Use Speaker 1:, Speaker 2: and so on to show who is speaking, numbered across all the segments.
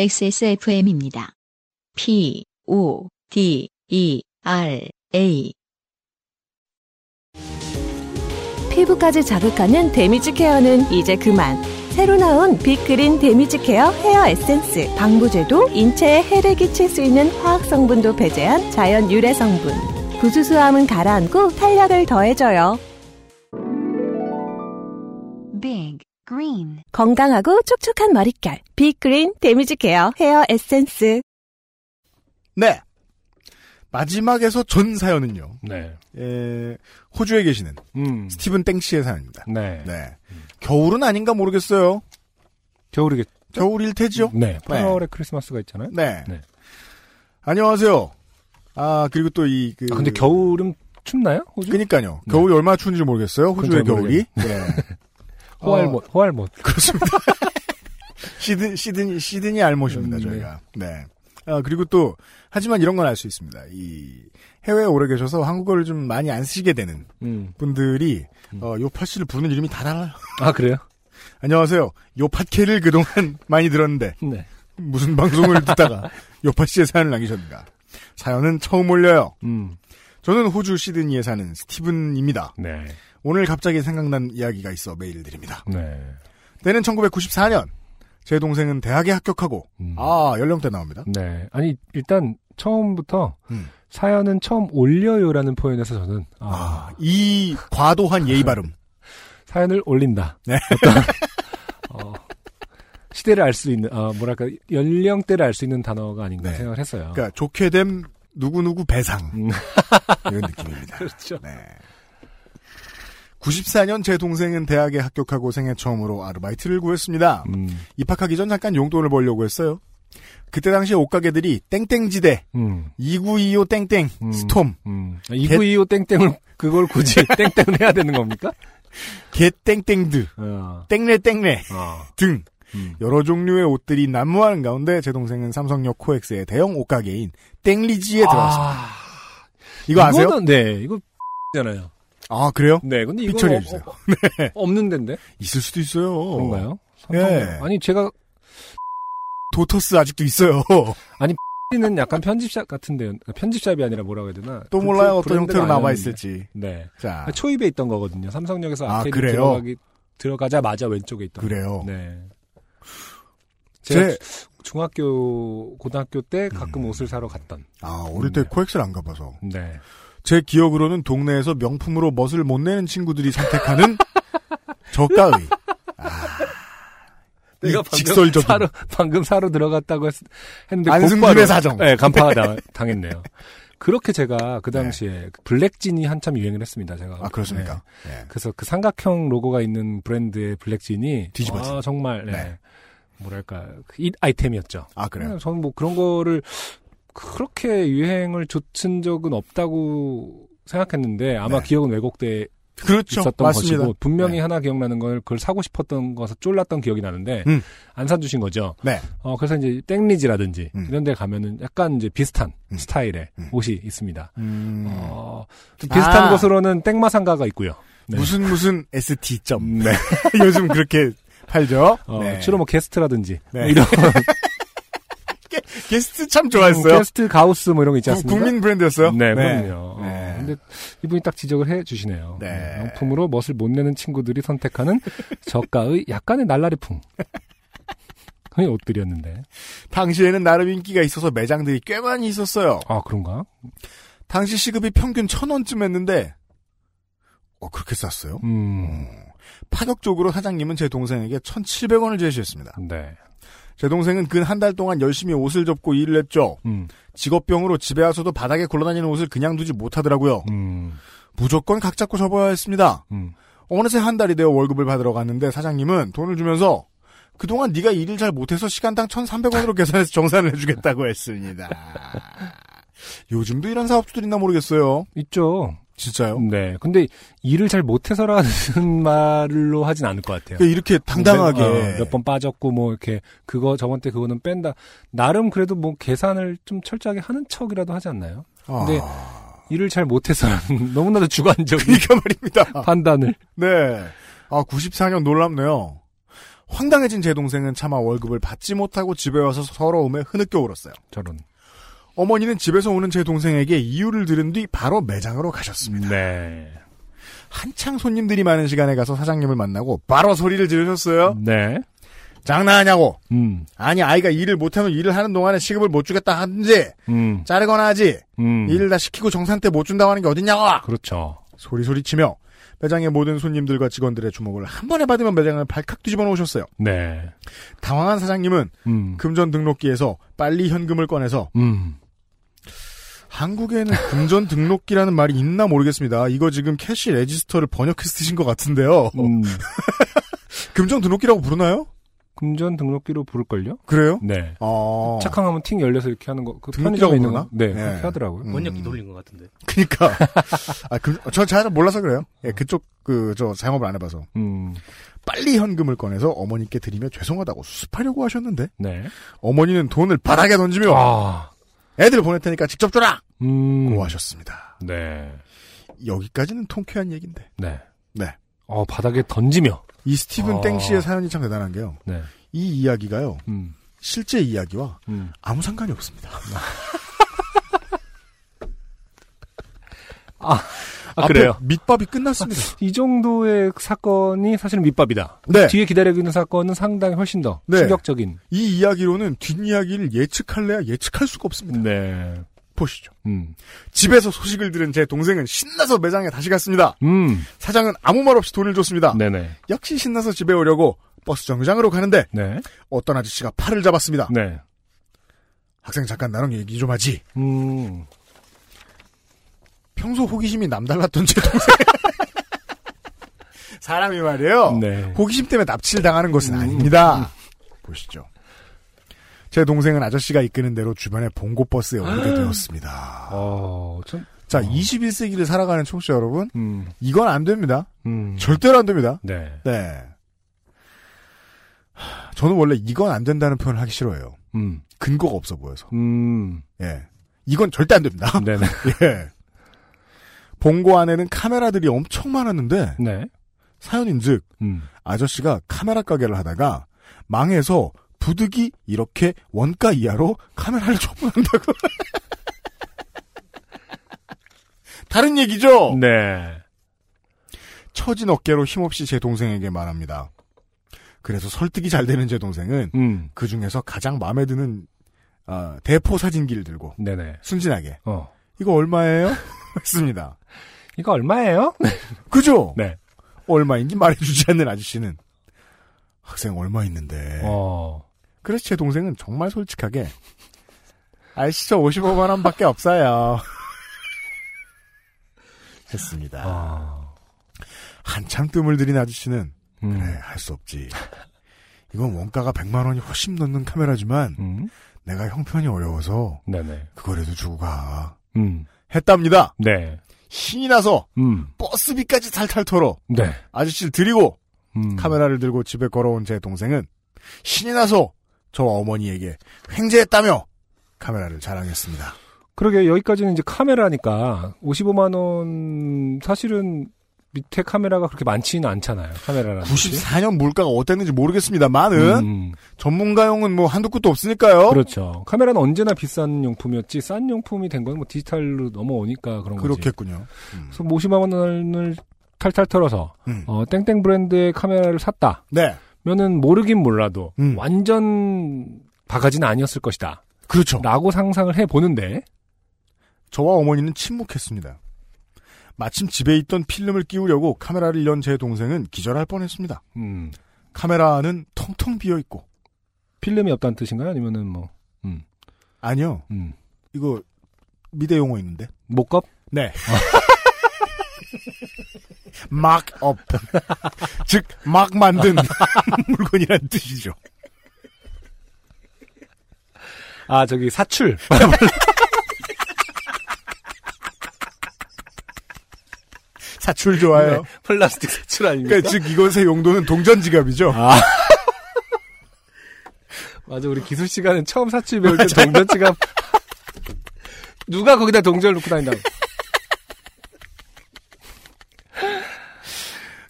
Speaker 1: XSFM입니다. P, O, D, E, R, A.
Speaker 2: 피부까지 자극하는 데미지 케어는 이제 그만. 새로 나온 빅그린 데미지 케어 헤어 에센스. 방부제도 인체에 해를 끼칠 수 있는 화학 성분도 배제한 자연 유래 성분. 부수수함은 가라앉고 탄력을 더해줘요.
Speaker 3: Big green.
Speaker 2: 건강하고 촉촉한 머릿결. 빅그린 데미지 케어 헤어 에센스.
Speaker 4: 네. 마지막에서 전 사연은요.
Speaker 5: 네.
Speaker 4: 에, 호주에 계시는
Speaker 5: 음.
Speaker 4: 스티븐 땡씨의 사연입니다.
Speaker 5: 네.
Speaker 4: 네. 겨울은 아닌가 모르겠어요.
Speaker 5: 겨울이겠.
Speaker 4: 겨울일 테지요?
Speaker 5: 네. 8월에 크리스마스가 있잖아요.
Speaker 4: 네.
Speaker 5: 네.
Speaker 4: 안녕하세요. 아, 그리고 또 이, 그.
Speaker 5: 아, 근데 겨울은 춥나요? 호주?
Speaker 4: 그니까요. 겨울이 얼마나 추운지 모르겠어요. 호주의
Speaker 5: 그건 잘
Speaker 4: 겨울이. 네. 어.
Speaker 5: 호알못. 호알못.
Speaker 4: 그렇습니다. 시드, 시드니, 시드니 알못입니다,
Speaker 5: 음,
Speaker 4: 저희가. 네. 아, 그리고 또, 하지만 이런 건 알 수 있습니다. 이, 해외에 오래 계셔서 한국어를 좀 많이 안 쓰게 되는
Speaker 5: 음.
Speaker 4: 분들이, 어, 요팟 씨를 부르는 이름이 다 달라요.
Speaker 5: 아 그래요?
Speaker 4: 안녕하세요. 요팟캐를 그동안 많이 들었는데,
Speaker 5: 네.
Speaker 4: 무슨 방송을 듣다가 요팟 씨의 사연을 남기셨는가. 사연은 처음 올려요.
Speaker 5: 음.
Speaker 4: 저는 호주 시드니에 사는 스티븐입니다.
Speaker 5: 네.
Speaker 4: 오늘 갑자기 생각난 이야기가 있어 메일을 드립니다.
Speaker 5: 네.
Speaker 4: 때는 1994년. 제 동생은 대학에 합격하고,
Speaker 5: 음.
Speaker 4: 아, 연령대 나옵니다.
Speaker 5: 네. 아니 일단 처음부터
Speaker 4: 음.
Speaker 5: 사연은 처음 올려요라는 표현에서 저는 아,
Speaker 4: 아, 이 과도한 예의 발음.
Speaker 5: 사연을 올린다.
Speaker 4: 네.
Speaker 5: 어떤, 어, 시대를 알 수 있는 아 뭐랄까 연령대를 알 수 있는 단어가 아닌가
Speaker 4: 네.
Speaker 5: 생각을 했어요.
Speaker 4: 그러니까 좋게 됨 누구누구 배상.
Speaker 5: 음.
Speaker 4: 이런 느낌입니다.
Speaker 5: 그렇죠.
Speaker 4: 네. 94년 제 동생은 대학에 합격하고 생애 처음으로 아르바이트를 구했습니다.
Speaker 5: 음.
Speaker 4: 입학하기 전 잠깐 용돈을 벌려고 했어요. 그때 당시 옷가게들이 땡땡지대,
Speaker 5: 음.
Speaker 4: 2925 땡땡,
Speaker 5: 음.
Speaker 4: 스톰,
Speaker 5: 음. 2925 땡땡을 그걸 굳이 땡땡을 해야 되는 겁니까?
Speaker 4: 개땡땡드,
Speaker 5: 어.
Speaker 4: 땡레땡레
Speaker 5: 어.
Speaker 4: 등
Speaker 5: 음.
Speaker 4: 여러 종류의 옷들이 난무하는 가운데 제 동생은 삼성역 코엑스의 대형 옷가게인 땡리지에 들어왔습니다. 이거 아세요?
Speaker 5: 아, 이거는, 네, 이거 잖아요.
Speaker 4: 아 그래요?
Speaker 5: 네, 근데 이거
Speaker 4: 삐처리 해주세요.
Speaker 5: 어, 어, 없는 데인데
Speaker 4: 있을 수도 있어요.
Speaker 5: 그런가요?
Speaker 4: 예.
Speaker 5: 삼성- 아니 제가
Speaker 4: 도터스 아직도 있요
Speaker 5: 는 약간 편집샵 같은데 편집샵이 아니라 뭐라고 해야 되나?
Speaker 4: 또
Speaker 5: 그
Speaker 4: 몰라요
Speaker 5: 브-
Speaker 4: 어떤
Speaker 5: 브랜드가
Speaker 4: 형태로 남아
Speaker 5: 아니었는데.
Speaker 4: 있을지.
Speaker 5: 네,
Speaker 4: 자
Speaker 5: 아, 초입에 있던 거거든요. 삼성역에서
Speaker 4: 아,
Speaker 5: 아케이드
Speaker 4: 그래요?
Speaker 5: 들어가기 들어가자마자 왼쪽에 있던.
Speaker 4: 그래요.
Speaker 5: 네. 제가
Speaker 4: 제 음.
Speaker 5: 중학교 고등학교 때 가끔 옷을 사러 갔던.
Speaker 4: 아, 어릴 때
Speaker 5: 네.
Speaker 4: 코엑스를 안 가봐서
Speaker 5: 네.
Speaker 4: 제 기억으로는 동네에서 명품으로 멋을 못 내는 친구들이 선택하는 저가의 아, 이
Speaker 5: 내가 방금
Speaker 4: 네, 직설적인-
Speaker 5: 사로 방금 사로 들어갔다고 했, 는데
Speaker 4: 안승준의 사정.
Speaker 5: 네, 간파가 나- 당했네요. 그렇게 제가 그 당시에 블랙진이 한참 유행을 했습니다. 제가
Speaker 4: 네. 아 그렇습니까?
Speaker 5: 네.
Speaker 4: 네.
Speaker 5: 그래서 그 삼각형 로고가 있는 브랜드의 블랙진이
Speaker 4: 뒤집어진.
Speaker 5: 아, 정말 네.
Speaker 4: 네.
Speaker 5: 뭐랄까 그이 아이템이었죠.
Speaker 4: 아 그래요.
Speaker 5: 네, 저는 뭐 그런 거를 그렇게 유행을 좇은 적은 없다고 생각했는데 아마
Speaker 4: 네.
Speaker 5: 기억은 왜곡돼
Speaker 4: 그렇죠.
Speaker 5: 있었던
Speaker 4: 맞습니다.
Speaker 5: 것이고 분명히
Speaker 4: 네.
Speaker 5: 하나 기억나는 걸 그걸 사고 싶었던 거서 쫄랐던 기억이 나는데
Speaker 4: 음.
Speaker 5: 안 사주신 거죠.
Speaker 4: 네.
Speaker 5: 어, 그래서 이제 땡리지라든지
Speaker 4: 음.
Speaker 5: 이런 데 가면은 약간 이제 비슷한
Speaker 4: 음.
Speaker 5: 스타일의
Speaker 4: 음.
Speaker 5: 옷이 있습니다.
Speaker 4: 음,
Speaker 5: 어, 좀 비슷한
Speaker 4: 아.
Speaker 5: 곳으로는 땡마상가가 있고요. 네.
Speaker 4: 무슨 무슨 ST 점. 네. 요즘 그렇게 팔죠.
Speaker 5: 어,
Speaker 4: 네.
Speaker 5: 주로 뭐 게스트라든지
Speaker 4: 네.
Speaker 5: 뭐 이런
Speaker 4: 게스트 참 좋아했어요.
Speaker 5: 게스트 가우스 뭐 이런 거 있지 않습니까?
Speaker 4: 국민 브랜드였어요.
Speaker 5: 네, 그럼요.
Speaker 4: 네.
Speaker 5: 어, 근데 이분이 딱 지적을 해 주시네요.
Speaker 4: 네.
Speaker 5: 네, 명품으로 멋을 못 내는 친구들이 선택하는 저가의 약간의 날라리풍. 그게 옷들이었는데.
Speaker 4: 당시에는 나름 인기가 있어서 매장들이 꽤 많이 있었어요.
Speaker 5: 아, 그런가?
Speaker 4: 당시 시급이 평균 천 원쯤 했는데, 어, 그렇게 쌌어요?
Speaker 5: 음,
Speaker 4: 파격적으로 사장님은 제 동생에게 1,700원을 제시했습니다.
Speaker 5: 네.
Speaker 4: 제 동생은 근 한 달 동안 열심히 옷을 접고 일을 했죠.
Speaker 5: 음,
Speaker 4: 직업병으로 집에 와서도 바닥에 굴러다니는 옷을 그냥 두지 못하더라고요.
Speaker 5: 음,
Speaker 4: 무조건 각 잡고 접어야 했습니다.
Speaker 5: 음.
Speaker 4: 어느새 한 달이 되어 월급을 받으러 갔는데 사장님은 돈을 주면서 그동안 네가 일을 잘 못해서 시간당 1,300원으로 계산해서 정산을 해주겠다고 했습니다. 요즘도 이런 사업주들 있나 모르겠어요.
Speaker 5: 있죠.
Speaker 4: 진짜요?
Speaker 5: 네. 근데 일을 잘 못해서라는 말로 하진 않을 것 같아요.
Speaker 4: 그러니까 이렇게 당당하게
Speaker 5: 어, 네. 몇 번 빠졌고 뭐 이렇게 그거 저번 때 그거는 뺀다. 나름 그래도 뭐 계산을 좀 철저하게 하는 척이라도 하지 않나요?
Speaker 4: 아,
Speaker 5: 근데 일을 잘 못해서라는 너무나도 주관적인 아.
Speaker 4: 그러니까 말입니다.
Speaker 5: 판단을.
Speaker 4: 네. 아, 94년 놀랍네요. 황당해진 제 동생은 차마 월급을 받지 못하고 집에 와서 서러움에 흐느껴 울었어요.
Speaker 5: 저런.
Speaker 4: 어머니는 집에서 오는 제 동생에게 이유를 들은 뒤 바로 매장으로 가셨습니다.
Speaker 5: 네.
Speaker 4: 한창 손님들이 많은 시간에 가서 사장님을 만나고 바로 소리를 지르셨어요.
Speaker 5: 네.
Speaker 4: 장난하냐고.
Speaker 5: 음.
Speaker 4: 아니 아이가 일을 못하면 일을 하는 동안에 시급을 못 주겠다 하든지
Speaker 5: 음.
Speaker 4: 자르거나 하지
Speaker 5: 음.
Speaker 4: 일을 다 시키고 정산 때 못 준다고 하는 게 어딨냐고.
Speaker 5: 그렇죠.
Speaker 4: 소리소리치며 매장의 모든 손님들과 직원들의 주목을 한 번에 받으면 매장을 발칵 뒤집어 놓으셨어요.
Speaker 5: 네.
Speaker 4: 당황한 사장님은
Speaker 5: 음.
Speaker 4: 금전 등록기에서 빨리 현금을 꺼내서
Speaker 5: 음.
Speaker 4: 한국에는 금전 등록기라는 말이 있나 모르겠습니다. 이거 지금 캐시 레지스터를 번역해서 쓰신 것 같은데요.
Speaker 5: 음.
Speaker 4: 금전 등록기라고 부르나요?
Speaker 5: 금전 등록기로 부를걸요?
Speaker 4: 그래요?
Speaker 5: 네.
Speaker 4: 어.
Speaker 5: 착항하면 팅 열려서 이렇게 하는 거. 그
Speaker 4: 등록기라고
Speaker 5: 편의점에 있는
Speaker 4: 부르나?
Speaker 5: 거. 네.
Speaker 4: 네.
Speaker 5: 그렇게 하더라고요.
Speaker 4: 음.
Speaker 6: 번역기 돌린 것 같은데.
Speaker 4: 그니까. 아, 금, 저잘 몰라서 그래요. 예, 그쪽, 그, 저, 사용업을 안 해봐서.
Speaker 5: 음.
Speaker 4: 빨리 현금을 꺼내서 어머니께 드리며 죄송하다고 수습하려고 하셨는데,
Speaker 5: 네.
Speaker 4: 어머니는 돈을 바닥에 던지며,
Speaker 5: 아.
Speaker 4: 애들 보낼 테니까 직접 줘라!
Speaker 5: 음.
Speaker 4: 고 하셨습니다.
Speaker 5: 네.
Speaker 4: 여기까지는 통쾌한 얘기인데.
Speaker 5: 네.
Speaker 4: 네.
Speaker 5: 어, 바닥에 던지며.
Speaker 4: 이 스티븐
Speaker 5: 아.
Speaker 4: 땡씨의 사연이 참 대단한 게요.
Speaker 5: 네.
Speaker 4: 이 이야기가요,
Speaker 5: 음.
Speaker 4: 실제 이야기와
Speaker 5: 음.
Speaker 4: 아무 상관이 없습니다.
Speaker 5: 아, 그래요?
Speaker 4: 앞에 밑밥이 끝났습니다.
Speaker 5: 이 정도의 사건이 사실은 밑밥이다.
Speaker 4: 네.
Speaker 5: 뒤에 기다리고 있는 사건은 상당히 훨씬 더
Speaker 4: 네.
Speaker 5: 충격적인.
Speaker 4: 이 이야기로는 뒷이야기를 예측할래야 예측할 수가 없습니다.
Speaker 5: 네.
Speaker 4: 보시죠.
Speaker 5: 음.
Speaker 4: 집에서 소식을 들은 제 동생은 신나서 매장에 다시 갔습니다.
Speaker 5: 음.
Speaker 4: 사장은 아무 말 없이 돈을 줬습니다.
Speaker 5: 네네.
Speaker 4: 역시 신나서 집에 오려고 버스 정류장으로 가는데
Speaker 5: 네.
Speaker 4: 어떤 아저씨가 팔을 잡았습니다.
Speaker 5: 네.
Speaker 4: 학생 잠깐 나랑 얘기 좀 하지.
Speaker 5: 음.
Speaker 4: 평소 호기심이 남달랐던 제 동생. 사람이 말이에요.
Speaker 5: 네. 음.
Speaker 4: 호기심 때문에 납치를 당하는 것은 아닙니다. 보시죠. 제 동생은 아저씨가 이끄는 대로 주변의 봉고버스에 오게 되었습니다.
Speaker 5: 음. 어, 참.
Speaker 4: 자, 21세기를 살아가는 청취자 여러분,
Speaker 5: 음.
Speaker 4: 이건 안 됩니다.
Speaker 5: 음.
Speaker 4: 절대로 안 됩니다.
Speaker 5: 네.
Speaker 4: 네. 하, 저는 원래 이건 안 된다는 표현을 하기 싫어해요.
Speaker 5: 음.
Speaker 4: 근거가 없어 보여서.
Speaker 5: 음.
Speaker 4: 예. 이건 절대 안 됩니다.
Speaker 5: 네네.
Speaker 4: 예. 봉고 안에는 카메라들이 엄청 많았는데,
Speaker 5: 네.
Speaker 4: 사연인 즉,
Speaker 5: 음.
Speaker 4: 아저씨가 카메라 가게를 하다가 망해서 부득이 이렇게 원가 이하로 카메라를 처분한다고. 다른 얘기죠?
Speaker 5: 네.
Speaker 4: 처진 어깨로 힘없이 제 동생에게 말합니다. 그래서 설득이 잘 되는 제 동생은
Speaker 5: 음.
Speaker 4: 그 중에서 가장 마음에 드는 아, 대포 사진기를 들고
Speaker 5: 음. 네네.
Speaker 4: 순진하게
Speaker 5: 어.
Speaker 4: 이거 얼마예요? 했습니다.
Speaker 5: 이거 얼마예요?
Speaker 4: 그죠?
Speaker 5: 네.
Speaker 4: 얼마인지 말해주지 않는 아저씨는 학생 얼마 있는데.
Speaker 5: 어.
Speaker 4: 그래서 제 동생은 정말 솔직하게 아저씨 저 55만 원밖에 없어요. 했습니다.
Speaker 5: 아.
Speaker 4: 한참 뜸을 들인 아저씨는
Speaker 5: 음.
Speaker 4: 그래 할 수 없지. 이건 원가가 100만 원이 훨씬 넘는 카메라지만
Speaker 5: 음.
Speaker 4: 내가 형편이 어려워서
Speaker 5: 네네.
Speaker 4: 그거라도 주고 가.
Speaker 5: 음.
Speaker 4: 했답니다.
Speaker 5: 네.
Speaker 4: 신이 나서
Speaker 5: 음.
Speaker 4: 버스비까지 탈탈 털어
Speaker 5: 네.
Speaker 4: 아저씨를 데리고
Speaker 5: 음.
Speaker 4: 카메라를 들고 집에 걸어온 제 동생은 신이 나서 저와 어머니에게 횡재했다며 카메라를 자랑했습니다.
Speaker 5: 그러게 여기까지는 이제 카메라니까 55만 원 사실은 밑에 카메라가 그렇게 많지는 않잖아요. 카메라라는. 것이.
Speaker 4: 94년 물가가 어땠는지 모르겠습니다만은
Speaker 5: 음,
Speaker 4: 전문가용은 뭐 한두 끗도 없으니까요.
Speaker 5: 그렇죠. 카메라는 언제나 비싼 용품이었지 싼 용품이 된 건 뭐 디지털로 넘어오니까 그런 거지.
Speaker 4: 그렇겠군요. 음.
Speaker 5: 그래서 50만 원을 탈탈 털어서
Speaker 4: 음.
Speaker 5: 어, 땡땡 브랜드의 카메라를 샀다.
Speaker 4: 네,
Speaker 5: 면은 모르긴 몰라도
Speaker 4: 음.
Speaker 5: 완전 바가지는 아니었을 것이다.
Speaker 4: 그렇죠.
Speaker 5: 라고 상상을 해 보는데
Speaker 4: 저와 어머니는 침묵했습니다. 마침 집에 있던 필름을 끼우려고 카메라를 연 제 동생은 기절할 뻔했습니다.
Speaker 5: 음,
Speaker 4: 카메라는 텅텅 비어 있고
Speaker 5: 필름이 없다는 뜻인가요? 아니면은 뭐
Speaker 4: 아니요,
Speaker 5: 음,
Speaker 4: 이거 미대 용어 있는데.
Speaker 5: 목겁?
Speaker 4: 네. 막업. 즉, 막 만든 물건이란 뜻이죠.
Speaker 5: 아 저기 사출.
Speaker 4: 사출
Speaker 5: 네.
Speaker 4: 좋아요.
Speaker 6: 플라스틱 사출 아닙니까?
Speaker 4: 네. 그러니까 즉 이것의 용도는 동전 지갑이죠.
Speaker 5: 맞아, 우리 기술 시간에 처음 사치 배울 때 동전지갑. 누가 거기다 동전을 놓고 다닌다고.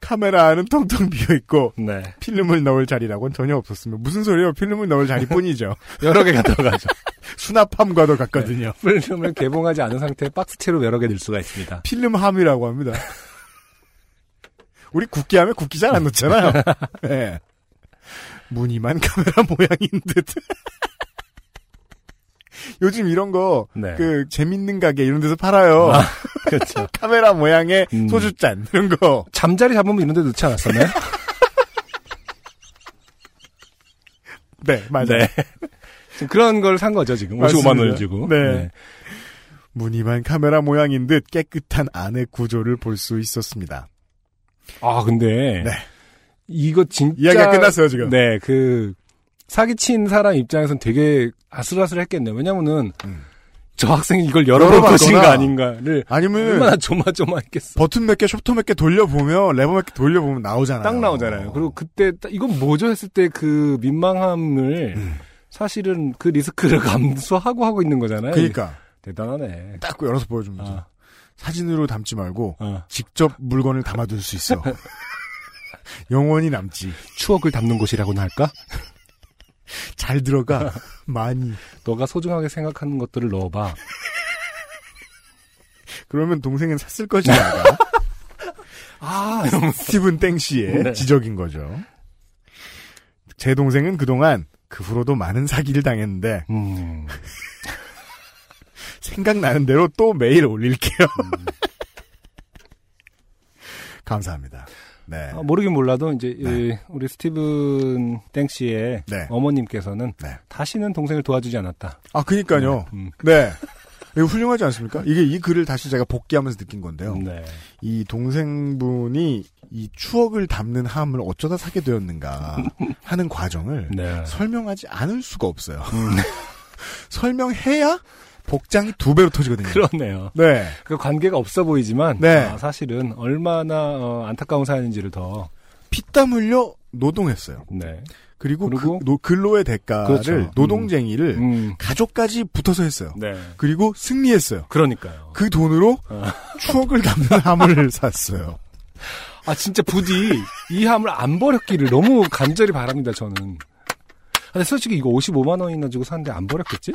Speaker 4: 카메라 안은 텅텅 비어있고
Speaker 5: 네.
Speaker 4: 필름을 넣을 자리라고는 전혀 없었으면 무슨 소리예요? 필름을 넣을 자리뿐이죠.
Speaker 5: 여러 개가 들어가죠.
Speaker 4: 수납함과도 같거든요.
Speaker 5: 필름을 개봉하지 않은 상태에 박스채로 여러 개 넣을 수가 있습니다.
Speaker 4: 필름함이라고 합니다. 우리 국기하면 국기 잘 안 넣잖아요. 예. 무늬만 카메라 모양인 듯. 요즘 이런 거,
Speaker 5: 네.
Speaker 4: 그, 재밌는 가게 이런 데서 팔아요.
Speaker 5: 아, 그렇죠.
Speaker 4: 카메라 모양의
Speaker 5: 음.
Speaker 4: 소주잔, 이런 거.
Speaker 5: 잠자리 잡으면 이런 데 넣지 않았었나요?
Speaker 4: 네, 맞아요.
Speaker 5: 네. 지금 그런 걸 산 거죠, 지금. 55만 원을
Speaker 4: 맞습니다.
Speaker 5: 주고.
Speaker 4: 네. 무늬만 카메라 모양인 듯 깨끗한 안의 구조를 볼 수 있었습니다.
Speaker 5: 아, 근데.
Speaker 4: 네.
Speaker 5: 이거 진짜.
Speaker 4: 이야기가 끝났어요, 지금.
Speaker 5: 네, 그, 사기친 사람 입장에선 되게 아슬아슬했겠네요. 왜냐면은,
Speaker 4: 음.
Speaker 5: 저 학생이 이걸 여러 번
Speaker 4: 열어봤거나 음.
Speaker 5: 거신가 아닌가를.
Speaker 4: 아니면
Speaker 5: 얼마나 조마조마했겠어.
Speaker 4: 버튼 몇 개, 셔터 몇 개 돌려보면, 레버 몇 개 돌려보면 나오잖아요.
Speaker 5: 딱 나오잖아요. 그리고 그때, 딱 이건 뭐죠? 했을 때 그 민망함을,
Speaker 4: 음.
Speaker 5: 사실은 그 리스크를 감수하고 하고 있는 거잖아요.
Speaker 4: 그니까,
Speaker 5: 대단하네.
Speaker 4: 딱그 열어서 보여줍니다.
Speaker 5: 아,
Speaker 4: 사진으로 담지 말고,
Speaker 5: 아.
Speaker 4: 직접 물건을 담아둘 수 있어. 영원히 남지.
Speaker 5: 추억을 담는 곳이라고나 할까?
Speaker 4: 잘 들어가. 많이.
Speaker 5: 너가 소중하게 생각하는 것들을 넣어봐.
Speaker 4: 그러면 동생은 샀을 것이다.
Speaker 5: 아,
Speaker 4: 스티븐 땡씨의
Speaker 5: 네.
Speaker 4: 지적인 거죠. 제 동생은 그동안 그 후로도 많은 사기를 당했는데
Speaker 5: 음.
Speaker 4: 생각나는 대로 또 매일 올릴게요. 감사합니다. 네.
Speaker 5: 아, 모르긴 몰라도 이제
Speaker 4: 네.
Speaker 5: 이 우리 스티븐 땡 씨의
Speaker 4: 네.
Speaker 5: 어머님께서는
Speaker 4: 네.
Speaker 5: 다시는 동생을 도와주지 않았다.
Speaker 4: 아, 그니까요.
Speaker 5: 음.
Speaker 4: 네. 이거 훌륭하지 않습니까? 이게 이 글을 다시 제가 복귀하면서 느낀 건데요.
Speaker 5: 네.
Speaker 4: 이 동생분이 이 추억을 담는 함을 어쩌다 사게 되었는가 하는 과정을
Speaker 5: 네. 음,
Speaker 4: 설명하지 않을 수가 없어요. 설명해야 복장이 두 배로 터지거든요.
Speaker 5: 그러네요.
Speaker 4: 네.
Speaker 5: 그 관계가 없어 보이지만
Speaker 4: 네.
Speaker 5: 아, 사실은 얼마나 어, 안타까운 사연인지를 더
Speaker 4: 피땀 흘려 노동했어요.
Speaker 5: 네.
Speaker 4: 그리고, 그
Speaker 5: 그리고?
Speaker 4: 노- 근로의 대가를
Speaker 5: 그렇죠. 음.
Speaker 4: 노동쟁이를
Speaker 5: 음.
Speaker 4: 가족까지 붙어서 했어요.
Speaker 5: 네.
Speaker 4: 그리고 승리했어요.
Speaker 5: 그러니까요.
Speaker 4: 그 돈으로
Speaker 5: 아.
Speaker 4: 추억을 담는 함을 샀어요.
Speaker 5: 아 진짜 부디 이 함을 안 버렸기를 너무 간절히 바랍니다. 저는. 근데 솔직히 이거 55만 원이나 주고 샀는데 안 버렸겠지?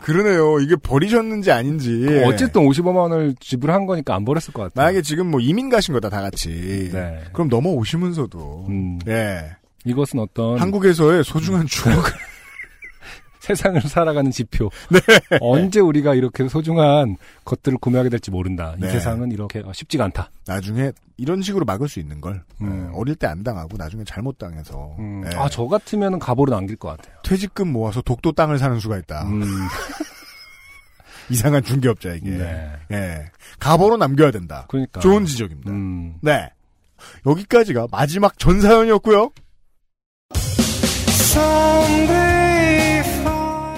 Speaker 4: 그러네요. 이게 버리셨는지 아닌지.
Speaker 5: 그 어쨌든 55만 원을 지불한 거니까 안 버렸을 것 같아요.
Speaker 4: 예. 만약에 지금 뭐 이민 가신 거다 다 같이.
Speaker 5: 네.
Speaker 4: 그럼 넘어오시면서도
Speaker 5: 음.
Speaker 4: 예
Speaker 5: 이것은 어떤
Speaker 4: 한국에서의 소중한 추억을
Speaker 5: 세상을 살아가는 지표.
Speaker 4: 네.
Speaker 5: 언제 우리가 이렇게 소중한 것들을 구매하게 될지 모른다.
Speaker 4: 네.
Speaker 5: 이 세상은 이렇게 어, 쉽지가 않다.
Speaker 4: 나중에 이런 식으로 막을 수 있는 걸
Speaker 5: 음.
Speaker 4: 예, 어릴 때 안 당하고 나중에 잘못 당해서 예,
Speaker 5: 아, 저 같으면 갑오로 남길 것 같아요.
Speaker 4: 퇴직금 모아서 독도 땅을 사는 수가 있다.
Speaker 5: 음,
Speaker 4: 이상한 중개업자에게
Speaker 5: 네.
Speaker 4: 예 가보로 남겨야 된다.
Speaker 5: 그러니까.
Speaker 4: 좋은 지적입니다.
Speaker 5: 음.
Speaker 4: 네 여기까지가 마지막 전사연이었고요.